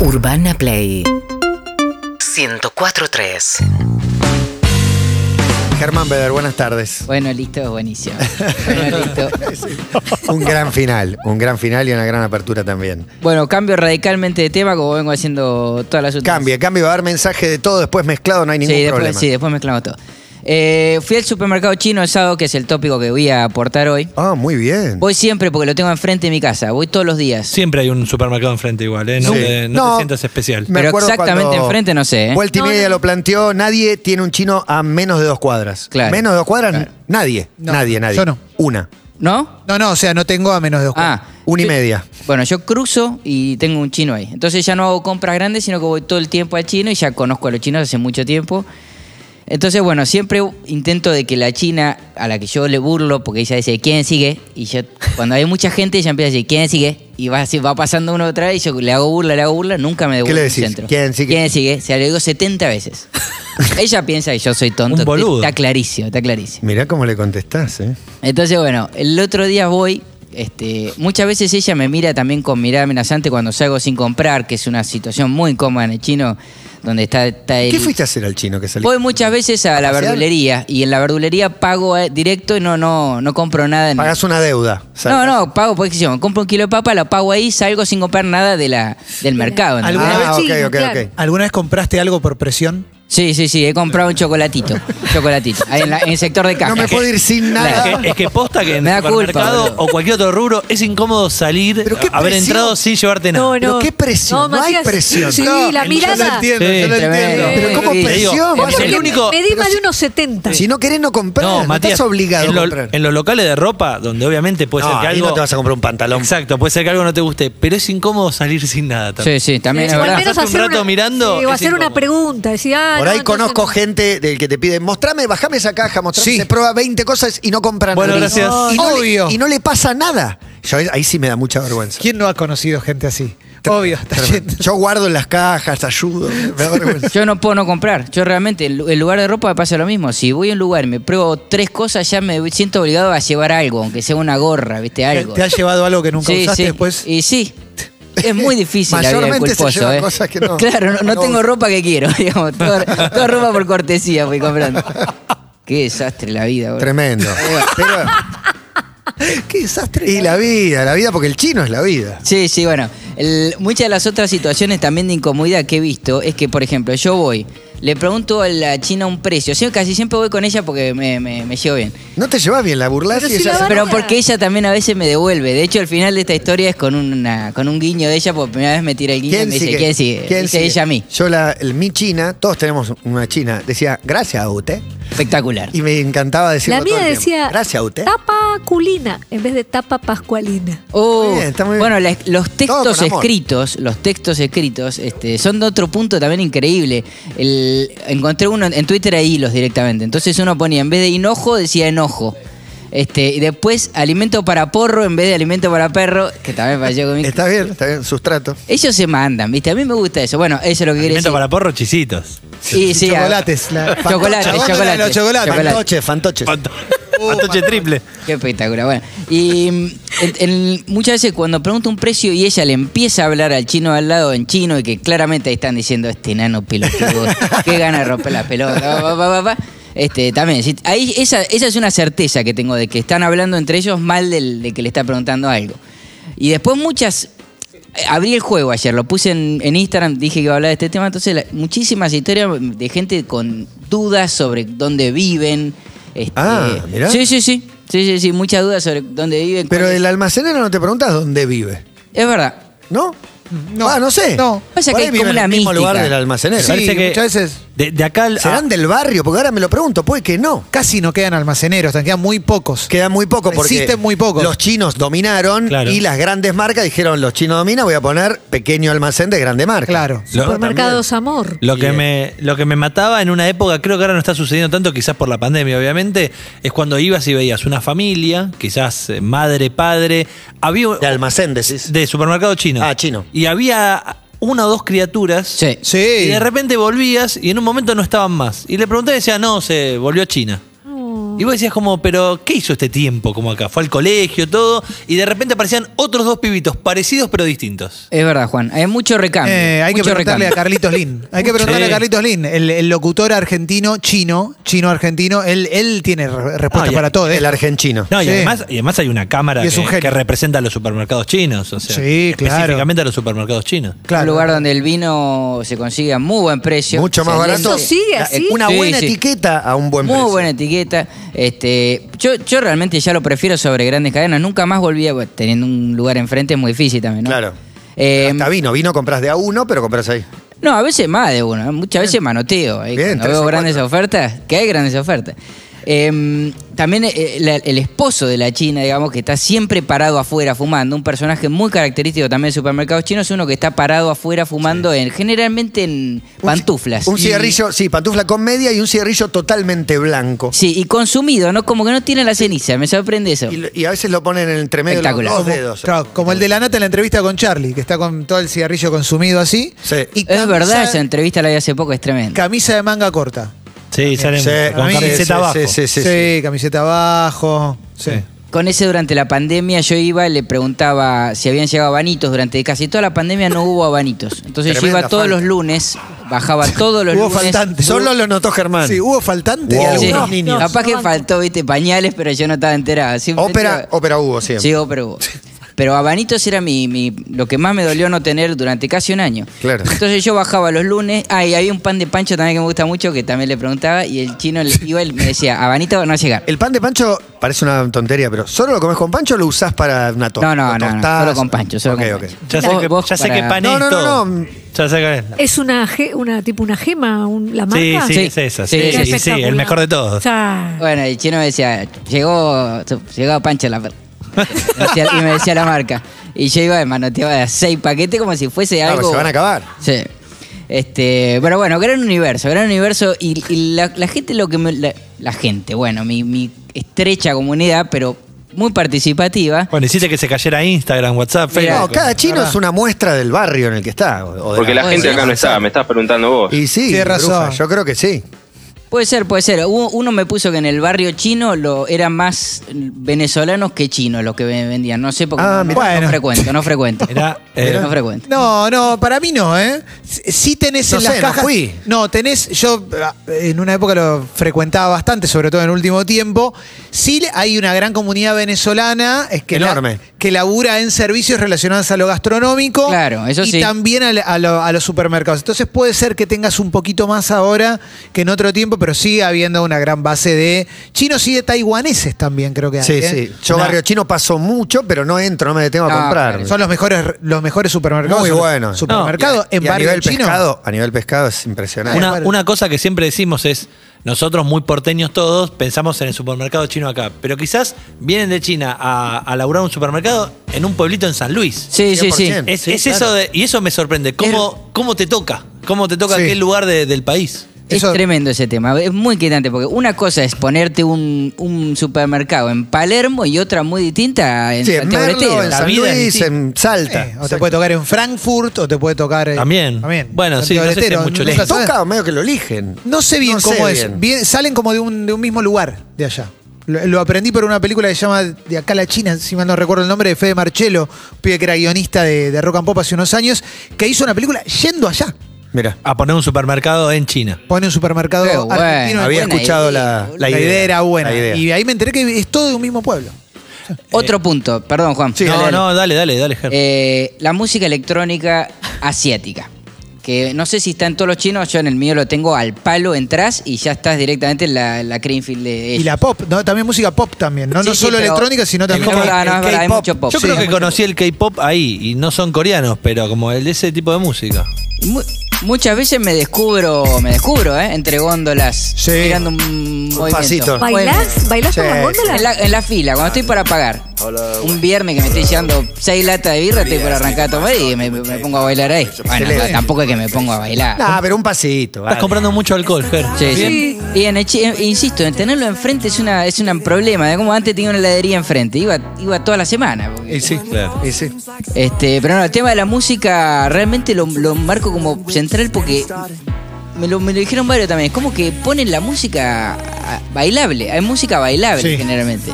Urbana Play 104.3 Germán Beder, buenas tardes. Bueno, listo, es buenísimo. Bueno, listo. Un gran final, un gran final y una gran apertura también. Bueno, cambio radicalmente de tema como vengo haciendo todas las últimas. Cambia, cambia, va a dar mensaje de todo después mezclado, no hay ningún Sí, después, problema. sí, después mezclamos todo. Eh, fui al supermercado chino el sábado, que es el tópico que voy a aportar hoy. Ah, muy bien. Voy siempre porque lo tengo enfrente de mi casa, voy todos los días. Siempre hay un supermercado enfrente igual, ¿eh? No, Sí. te, no te sientas especial. me Pero acuerdo exactamente cuando enfrente no sé, ¿eh? Vuelta y No, media no. lo planteó, nadie tiene un chino a menos de dos cuadras. Claro. Menos de dos cuadras, nadie, No, nadie, nadie. yo no. Una, ¿No? No, no, o sea, no tengo a menos de dos Ah. una y yo- media. Bueno, yo cruzo y tengo un chino ahí. Entonces ya no hago compras grandes, sino que voy todo el tiempo al chino y ya conozco a los chinos hace mucho tiempo. Entonces, bueno, siempre intento de que la china, a la que yo le burlo, porque ella dice, ¿quién sigue? Y yo, cuando hay mucha gente, ella empieza a decir, ¿quién sigue? Y va, así, va pasando uno otra vez y yo le hago burla, le hago burla, nunca me devuelve le al decís? centro. "¿Quién sigue?" ¿Quién sigue? Se lo digo 70 veces. ella piensa que yo soy tonto. Un boludo. Está clarísimo, está clarísimo. Mirá cómo le contestás, ¿eh? Entonces, bueno, el otro día voy. Este, muchas veces ella me mira también con mirada amenazante cuando salgo sin comprar, que es una situación muy incómoda en el chino, donde está, está el. ¿Qué fuiste a hacer al chino que salió? Voy muchas veces a la pasear? verdulería y en la verdulería pago eh, directo y no, no, no compro nada. En Pagás una deuda. no, saltás. no, pago pues, por decisión. Compro un kilo de papa, lo pago ahí, salgo sin comprar nada de la, del mercado. ¿no? Algo- ¿Alguna Ah, vez? ok, Sí, ok, claro. ok. ¿Alguna vez compraste algo por presión? Sí, sí, sí, he comprado un chocolatito. chocolatito. ahí en, la- en el sector de caja. No me puedo ir sin nada. Es que, es que posta que en Me el da culpa, supermercado boludo. o cualquier otro rubro es incómodo salir, Pero qué haber presión. entrado sin llevarte nada. No, no. Pero qué presión, no hay Matías, presión. Sí, No, la yo mirada. Sí. yo lo entiendo. Tremendo. Pero ¿cómo Sí. Te digo, presión? Vas en a Ah, Porque el ir- único- Medí más Pero de si- unos 70. Si no querés, no comprar. No, Matías, estás obligado en, lo- a comprar. en los locales de ropa, donde obviamente puede No, ser que ahí algo... no te vas a comprar un pantalón. Exacto, puede ser que algo no te guste, pero es incómodo salir sin nada también. Sí, sí, también Sí, es o al verdad. menos Pasarte un hacer rato una- mirando sí, o es hacer una incómodo. pregunta. Decir, ah, Por no, ahí entonces conozco no. gente del que te pide, mostrame, bajame esa caja, mostrame. Sí. Se prueba 20 cosas y no compra Bueno, nada. gracias. Y no, le- Obvio. y no le pasa nada. Yo ahí- ahí sí me da mucha vergüenza. ¿Quién no ha conocido gente así? Obvio, está Tremendo. lleno. Yo guardo en las cajas, ayudo. Me da vergüenza. Yo no puedo no comprar. Yo realmente, el el lugar de ropa me pasa lo mismo. Si voy a un lugar y me pruebo tres cosas, ya me siento obligado a llevar algo, aunque sea una gorra, ¿viste? Algo. ¿Te has llevado algo que nunca Sí, sí. usaste después? Y sí. Es muy difícil la vida del Mayormente se culposo, llevan ¿eh? cosas que no- Claro, no, no no tengo uso. ropa que quiero, digamos. Toda, toda ropa por cortesía fui comprando. Qué desastre la vida, boludo. Tremendo. Pero- Qué desastre. Y la vida, la vida, porque el chino es la vida. Sí, sí, bueno. El- muchas de las otras situaciones también de incomodidad que he visto es que, por ejemplo, yo voy, le pregunto a la china un precio. Sí, casi siempre voy con ella porque me, me, me llevo bien. No te llevas bien, la burlás Pero y si ella la se- van- Pero Bárbara. porque ella también a veces me devuelve. De hecho, el final de esta historia es con una con un guiño de ella, por primera vez me tira el guiño y me dice, ¿quién sigue? ¿Quién dice sigue? ella a mí. Yo, la, el- mi china, todos tenemos una china, decía, gracias a usted. Espectacular. Y me encantaba decirlo La todo mía el tiempo. decía Gracias a usted. tapa culina en vez de tapa pascualina. Oh, muy bien, está muy bien. Bueno, la- los Todo textos con amor. escritos, los textos escritos, este, son de otro punto también increíble. El- encontré uno en en Twitter ahí los directamente. Entonces uno ponía, en vez de hinojo, decía enojo. Este, y después alimento para porro en vez de alimento para perro, que también pareció conmigo. Está bien, está bien, sustrato. Ellos se mandan, ¿viste? A mí me gusta eso. Bueno, eso es lo que quería Alimento decir. para porro, chisitos. Sí, sí, a- Chocolates. la- Chocolates, Fantoche, ¿dónde chocolates, están los chocolates? chocolates. Fantoches, fantoches. Panto- Pantoche triple. Qué espectacular. Bueno, y mm, en- en- muchas veces cuando pregunta un precio y ella le empieza a hablar al chino al lado en chino y que claramente ahí están diciendo este enano pelotudo, qué gana de romper la pelota, pa, pa, pa, pa, pa. Este, también, si- ahí esa, esa es una certeza que tengo de que están hablando entre ellos mal del, de que le está preguntando algo. Y después muchas... eh, Abrí el juego ayer, lo puse en, en Instagram, dije que iba a hablar de este tema, entonces la- muchísimas historias de gente con dudas sobre dónde viven. este, Ah, mirá. Sí, sí, sí. Sí, sí, sí, muchas dudas sobre dónde viven. Pero cuál es. el almacenero no te preguntas dónde vive, Es verdad. ¿no? No. Ah, no sé. No. Pasa que Por ahí hay vive como en una el mismo mística. lugar del almacenero. Sí, Parece que muchas veces. De, de acá al... ¿Serán a- del barrio? Porque ahora me lo pregunto, puede que no. Casi no quedan almaceneros, tan- quedan muy pocos. Queda muy poco porque Existen muy pocos. los chinos dominaron Claro. y las grandes marcas dijeron, los chinos dominan, voy a poner pequeño almacén de grande marca. Claro. Lo- Supermercados Amor. Lo que, me, lo que me mataba en una época, creo que ahora no está sucediendo tanto, quizás por la pandemia, obviamente, es cuando ibas y veías una familia, quizás eh, madre, padre, había De almacén, decís. de supermercado chino. Ah, chino. Y había una o dos criaturas. Sí. Sí. Y de repente volvías y en un momento no estaban más. Y le pregunté y decía, no, se volvió a China. Y vos decías como, pero ¿qué hizo este tiempo como acá? Fue al colegio, todo, y de repente aparecían otros dos pibitos parecidos pero distintos. Es verdad, Juan. Hay mucho recambio. Eh, hay que mucho preguntarle recambio. a Carlitos Lin. Hay que preguntarle Sí. a Carlitos Lin, el, el locutor argentino, chino, chino argentino, él, él tiene re- respuesta Ah, y- para todo. ¿eh? El argentino. No, y, Sí. además, y además hay una cámara Y es un que, genio. que representa a los supermercados chinos, o sea, Sí, claro. específicamente a los supermercados chinos. Claro. Un lugar donde el vino se consigue a muy buen precio. Mucho más Excelente. barato. ¿Eso sigue así? Una Sí, buena sí. etiqueta a un buen Muy precio. Ah, buena etiqueta. Este, yo, yo realmente ya lo prefiero sobre grandes cadenas. Nunca más volví a. bueno, Teniendo un lugar enfrente es muy difícil también, ¿no? Claro. Eh, Hasta vino. Vino compras de a uno, pero compras ahí. no, a veces más de uno. ¿eh? Muchas veces manoteo. ¿eh? Bien, Cuando tres veo o grandes cuatro. ofertas, que hay grandes ofertas. Eh, también eh, la- el esposo de la china, digamos, que está siempre parado afuera fumando. Un personaje muy característico también de supermercados chinos es uno que está parado afuera fumando en, generalmente en Un ci- pantuflas. Un Y- cigarrillo, sí, pantufla con media y un cigarrillo totalmente blanco. Sí, y consumido, ¿no? Como que no tiene la ceniza, me sorprende eso. Y, lo- y a veces lo ponen entre medio de los Espectacular. dos Como- dedos. claro, como el de la nata en la entrevista con Charlie, que está con todo el cigarrillo consumido así. Sí. Y Es camisa- verdad, esa entrevista la vi hace poco, es tremenda. Camisa de manga corta. Sí, salen Eh, Sí, con sí, camiseta sí, abajo. sí, sí, Sí, camiseta abajo. Sí. Sí. Con ese durante la pandemia yo iba y le preguntaba si habían llegado abanitos. Durante casi toda la pandemia no hubo abanitos. Entonces yo Tremenda iba todos falta. los lunes, bajaba todos los Hubo lunes. faltante. Solo lo notó Germán. Sí, hubo faltante y Wow. Sí. algunos No, niños. no. Capaz que banco. faltó, viste, pañales, pero yo no estaba enterada. Siempre Ópera, estaba- ópera hubo siempre. Sí, ópera hubo. Pero abanitos era mi, mi- lo que más me dolió no tener durante casi un año. Claro. Entonces yo bajaba los lunes. Ah, y había un pan de pancho también que me gusta mucho, que también le preguntaba. Y el chino le- iba y me decía, abanito no llega. El pan de pancho parece una tontería, pero ¿solo lo comes con pancho o lo usás para una torta? No, no, no, no, solo con pancho, solo con pancho. Ya sé, Vos- que, vos ya sé para- que pan No, es no, no, todo. no. Ya sé que- Es una, ge- una tipo una gema, un- la marca. Sí, sí, Sí. es esa. Sí, Sí, Qué sí, sí, espectacular. el mejor de todos. O sea, Bueno, el chino me decía, llegó, llegó Pancho la per-". Me decía- Y me decía la marca. Y yo iba y manoteaba de a seis paquetes como si fuese Claro, algo. pues se van a acabar. Sí. Este, pero bueno, gran universo, gran universo. Y, y la, la gente lo que me- la, la gente, bueno, mi, mi estrecha comunidad, pero muy participativa. Bueno, hiciste que se cayera Instagram, WhatsApp, Mirá. Facebook. No, cada chino es una muestra del barrio en el que está. o- o de Porque la Bueno, gente sí, acá no está, me estás preguntando vos. Y sí, Tienes bruja, razón. yo creo que sí. Puede ser, puede ser. Hubo- uno me puso que en el barrio chino lo eran más venezolanos que chinos los que ve- vendían. No sé porque Ah, no, no- mirá. no frecuento, no frecuento. Mirá, eh, no frecuento. No, no, para mí no, ¿eh? S- Sí tenés No en sé, las no cajas. fui. No, tenés, yo ah, en una época lo frecuentaba bastante, sobre todo en el último tiempo. Sí le- hay una gran comunidad venezolana es que la- Enorme. que labura en servicios relacionados a lo gastronómico. Claro, eso y sí. también al- a, lo- a los supermercados. Entonces puede ser que tengas un poquito más ahora que en otro tiempo, pero sigue habiendo una gran base de chinos y de taiwaneses también, creo que hay. Sí, ¿eh? sí. Yo Una- barrio chino paso mucho, pero no entro, no me detengo a No, comprar. Son los mejores, los mejores supermercados. Muy son los bueno. Supermercados Y en a barrio nivel chino. pescado, a nivel pescado es impresionante. Una, Bueno. una cosa que siempre decimos es, nosotros muy porteños todos, pensamos en el supermercado chino acá, pero quizás vienen de China a, a laburar un supermercado en un pueblito en San Luis. Sí, sí, sí. 100%. Es, Sí, es claro. eso de, y eso me sorprende, cómo, cómo te toca, cómo te toca Sí. aquel lugar de- del país. Es Eso- tremendo ese tema, es muy inquietante porque una cosa es ponerte un, un supermercado en Palermo y otra muy distinta en Sí, en Santiago del Merlo, Estero. en La San vida es Luis, distinta. en Sí, Salta. eh, o te puede tocar en Frankfurt o te puede tocar. eh, También. Bueno, sí, Santiago no del sé si Estero, es mucho nunca lejos. sabes. Toca o medio que lo eligen. No sé bien No sé cómo es. bien. Bien, salen como de un, de un mismo lugar de allá. Lo, lo aprendí por una película que se llama De acá a la China, si mal no recuerdo el nombre, de Fede Marcello, un pibe que era guionista de, de Rock and Pop hace unos años, que hizo una película yendo allá. Mira, A poner un supermercado en China. Pone un supermercado Qué bueno. argentino. había buena escuchado idea, la, boludo. la idea. era buena. la idea. Y ahí me enteré que es todo de un mismo pueblo. Otro punto, perdón Juan. Sí, no, dale, dale. no, dale, dale, dale, Ger. Eh, la música electrónica asiática, que no sé si está en todos los chinos, yo en el mío lo tengo al palo, entras y ya estás directamente en la, la Greenfield de Y ellos. la pop, ¿no? también música pop también. No, Sí, no sí, solo pero- electrónica, sino Es también. como la- no, es verdad, hay K-pop. mucho pop. Yo sí. creo que mucho conocí el K-pop ahí, y no son coreanos, pero como el de ese tipo de música. Mu- Muchas veces me descubro, me descubro, ¿eh? Entre góndolas, Sí. mirando un movimiento. pasito. ¿bailás? ¿Bailás con Sí, las góndolas? En la, en la fila, cuando estoy para pagar. Un viernes que me estoy llevando seis latas de birra, estoy por arrancar a tomar y me, me pongo a bailar ahí. Bueno, Excelente. no, tampoco es que me pongo a bailar. Ah, Nah, pero un pasito. Estás vale. comprando mucho alcohol, Ger. Sí, Bien. sí. Y en el chi- eh, insisto, en tenerlo enfrente es una es un problema. Como antes tenía una heladería enfrente, iba, iba toda la semana. porque- Y sí, Claro. y sí. Este, pero no, el tema de la música realmente lo, lo marco como central porque me lo, me lo dijeron varios también. Es como que ponen la música ah, bailable. Hay música bailable Sí. generalmente.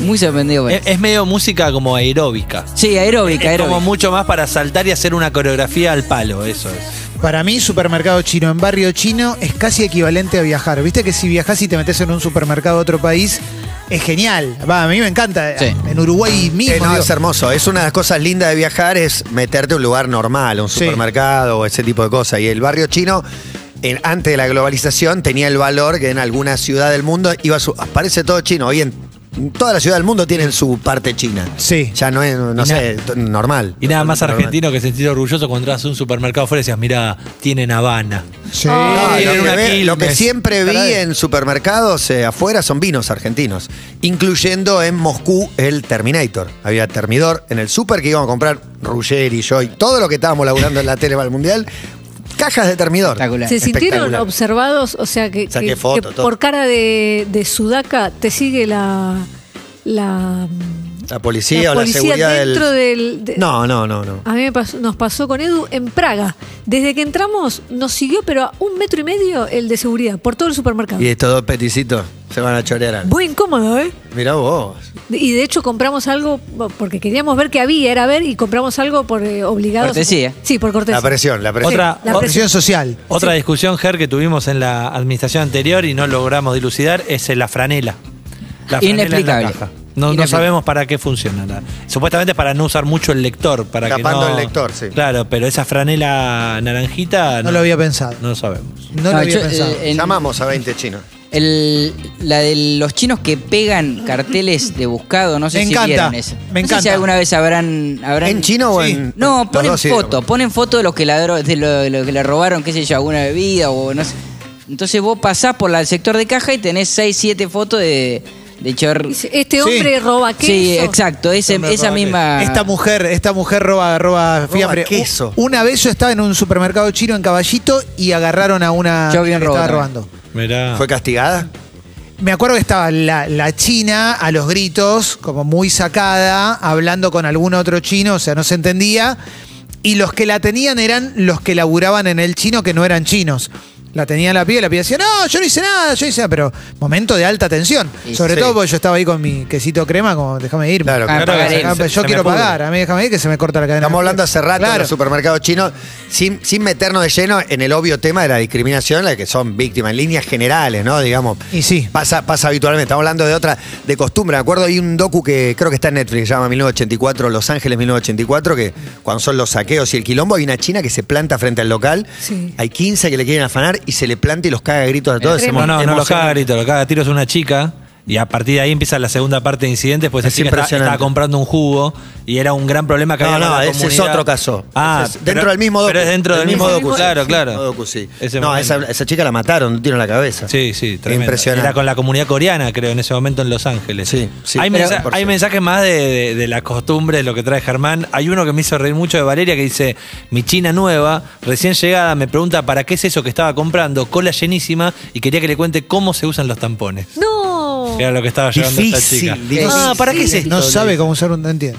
Muy sorprendido por Es, eso. es medio música como aeróbica. Sí, aeróbica, es como aeróbica. mucho más para saltar y hacer una coreografía al palo, eso es. Para mí, supermercado chino en barrio chino es casi equivalente a viajar. Viste que si viajás y te metes en un supermercado de otro país, es genial. Va, a mí me encanta. Sí. En Uruguay mismo. Eh, no, digo, es hermoso. Es una de las cosas lindas de viajar, es meterte a un lugar normal, a un Sí. supermercado, ese tipo de cosas. Y el barrio chino, en- antes de la globalización, tenía el valor que en alguna ciudad del mundo iba su. Parece todo chino. Hoy en, en toda la ciudad del mundo tienen su parte china. Sí. Ya no es, no sé, t- normal. Y nada más Normal. argentino que sentir orgulloso cuando entras a un supermercado afuera y decías, mirá, tienen Habana. sí. No, Sí, lo, que Ah, una ve- Quilmes. lo que siempre vi en supermercados eh, afuera son vinos argentinos, incluyendo en Moscú el Terminator. Había Termidor en el super que íbamos a comprar Ruggeri, yo y todo lo que estábamos laburando en la tele para el mundial, cajas de Termidor. Espectacular. ¿Se sintieron Espectacular. observados? O sea, que, Saqué que- foto, que todo. por cara de, de sudaca te sigue la, la, La policía la o la policía seguridad del... dentro del... de- Ah, No, no, no, no. A mí me pasó- nos pasó con Edu en Praga. Desde que entramos nos siguió, pero a un metro y medio el de seguridad, por todo el supermercado. Y estos dos peticitos se van a chorear. Muy incómodo, ¿eh? Mirá vos. Y de hecho compramos algo porque queríamos ver qué había, era ver, y compramos algo por eh, obligados. Cortesía. Pues Sí, por cortesía. La presión, la presión. Otra, la o- presión. Presión social. otra discusión, Ger, que tuvimos en la administración anterior y no logramos dilucidar es eh, la franela. La franela en la Inexplicable. caja. No, no Inexplicable. sabemos para qué funciona. la- Supuestamente para no usar mucho el lector. Para Tapando que no- el lector, sí. Claro, pero esa franela naranjita No lo había pensado. no lo sabemos. No, lo No, había yo, pensado. eh, en- Llamamos a 20 chinos. El- la de los chinos que pegan carteles de buscado, no sé Me si encanta, vieron esa. me no sé si encanta. alguna vez habrán. habrán ¿En chino o en...? No, los ponen dos idiomas? foto, ponen foto de los que ladró, de lo, de lo que le robaron, qué sé yo, alguna bebida o no sé. Entonces vos pasás por la- el sector de caja y tenés 6, 7 fotos de, de chor... Dice, Este hombre roba queso. Sí, exacto, ese- esa misma. Esta mujer, esta mujer roba, roba fiambre. queso. U- Una vez yo estaba en un supermercado chino en Caballito y agarraron a una Yo vi un que robo estaba también. robando. Ah. Mirá. ¿Fue castigada? Me acuerdo que estaba la, la china a los gritos, como muy sacada, hablando con algún otro chino, o sea, no se entendía. Y los que la tenían eran los que laburaban en el chino que no eran chinos. La tenía la piba y la piba decía, no, yo no hice nada, yo no hice nada, pero momento de alta tensión. Y Sobre sí. todo porque yo estaba ahí con mi quesito crema, como déjame irme. Claro, claro. Ah, pagaré. Ah, pero se- yo se quiero me pudre. pagar, a mí déjame ir que se me corta la cadena. Estamos hablando hace rato de Claro. los supermercados chinos, sin, sin meternos de lleno en el obvio tema de la discriminación, la que son víctimas, en líneas generales, ¿no? Digamos. Y sí. Pasa, pasa habitualmente. Estamos hablando de otra, de costumbre. Me acuerdo, hay un docu que creo que está en Netflix, se llama 1984, Los Ángeles 1984, que cuando son los saqueos y el quilombo, hay una china que se planta frente al local. Sí. Hay 15 que le quieren afanar y se le planta y los caga a gritos a todos. No, Emo- no, no lo emocionante. caga grito, lo caga tiros una chica. Y a partir de ahí empieza la segunda parte de incidentes, pues Es esa chica está- impresionante. estaba comprando un jugo y era un gran problema que No, había. no, con la ese es comunidad. otro caso. Ah, Ese es pero- dentro del mismo docu. Pero es dentro Del del mismo mismo docu, docu, claro, claro. No, docu, sí. Ese No, momento. esa, esa chica la mataron, un tiro en la cabeza. Sí, sí, tremendo. Impresionante. Era con la comunidad coreana, creo, en ese momento en Los Ángeles. Sí, sí. Hay, Pero- mensa- por hay sí. mensajes más de, de- de la costumbre, de lo que trae Germán. Hay uno que me hizo reír mucho de Valeria que dice, mi china nueva, recién llegada, me pregunta para qué es eso que estaba comprando, cola llenísima, y quería que le cuente cómo se usan los tampones. No. Era lo que estaba llevando Difícil, esta chica. difícil. Ah, ¿para qué es esto? Eh, No sabe cómo usar un... No entiendo.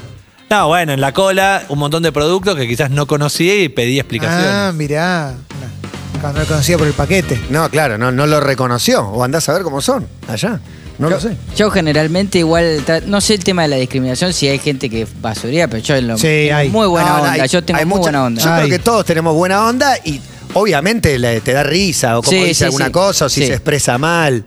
No, bueno, en la cola un montón de productos que quizás no conocía y pedí Ah, explicaciones. mirá. No, no lo conocía por el paquete. No, claro, no, no lo reconoció. O andás a ver cómo son allá. No lo sé. Yo generalmente igual, tra- no sé el tema de la discriminación, si hay gente que basuría, pero yo en lo Sí, tengo hay. muy buena No, no, onda, hay- yo tengo hay muy mucha- buena onda. Yo Ay. creo que todos tenemos buena onda y obviamente le- te da risa o como Sí, dice sí, alguna sí. cosa o si Sí. se expresa mal.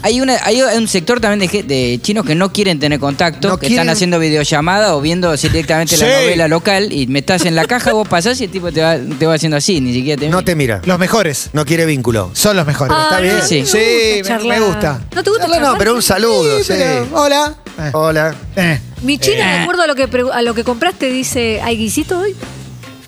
Hay, una, hay un sector también de, ge- de chinos que no quieren tener contacto, No que quieren- están haciendo videollamada o viendo así directamente Sí. la novela local y metas en la caja, vos pasás y el tipo te va, te va haciendo así, ni siquiera te... No te mira. Los mejores. No quiere vínculo. Son los mejores. Ah, está no, bien. no me Sí. gusta Sí, me- charlar. me gusta. ¿No te gusta No, no, charlar? pero un saludo. sí. pero- Hola. Eh, Hola. eh. Mi china, de acuerdo a lo que, pregu- a lo que compraste, dice, ¿hay guisito hoy?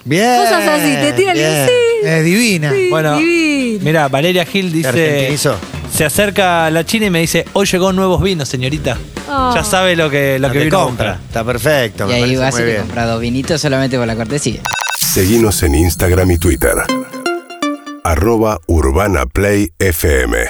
Bien. Cosas así, te tiran y Eh, bien. sí. Es eh, divina. Sí. Bueno, Divino. mira, Valeria Gil dice. argentinizó. Se acerca a la China y me dice, hoy llegó nuevos vinos, señorita. Ah. Ya sabe lo que, lo No que te vino a compra. comprar. Está perfecto. Y me ahí parece vas y muy te bien. compras dos vinitos solamente por la cortesía. Seguimos en Instagram y Twitter. Arroba Urbana Play FM.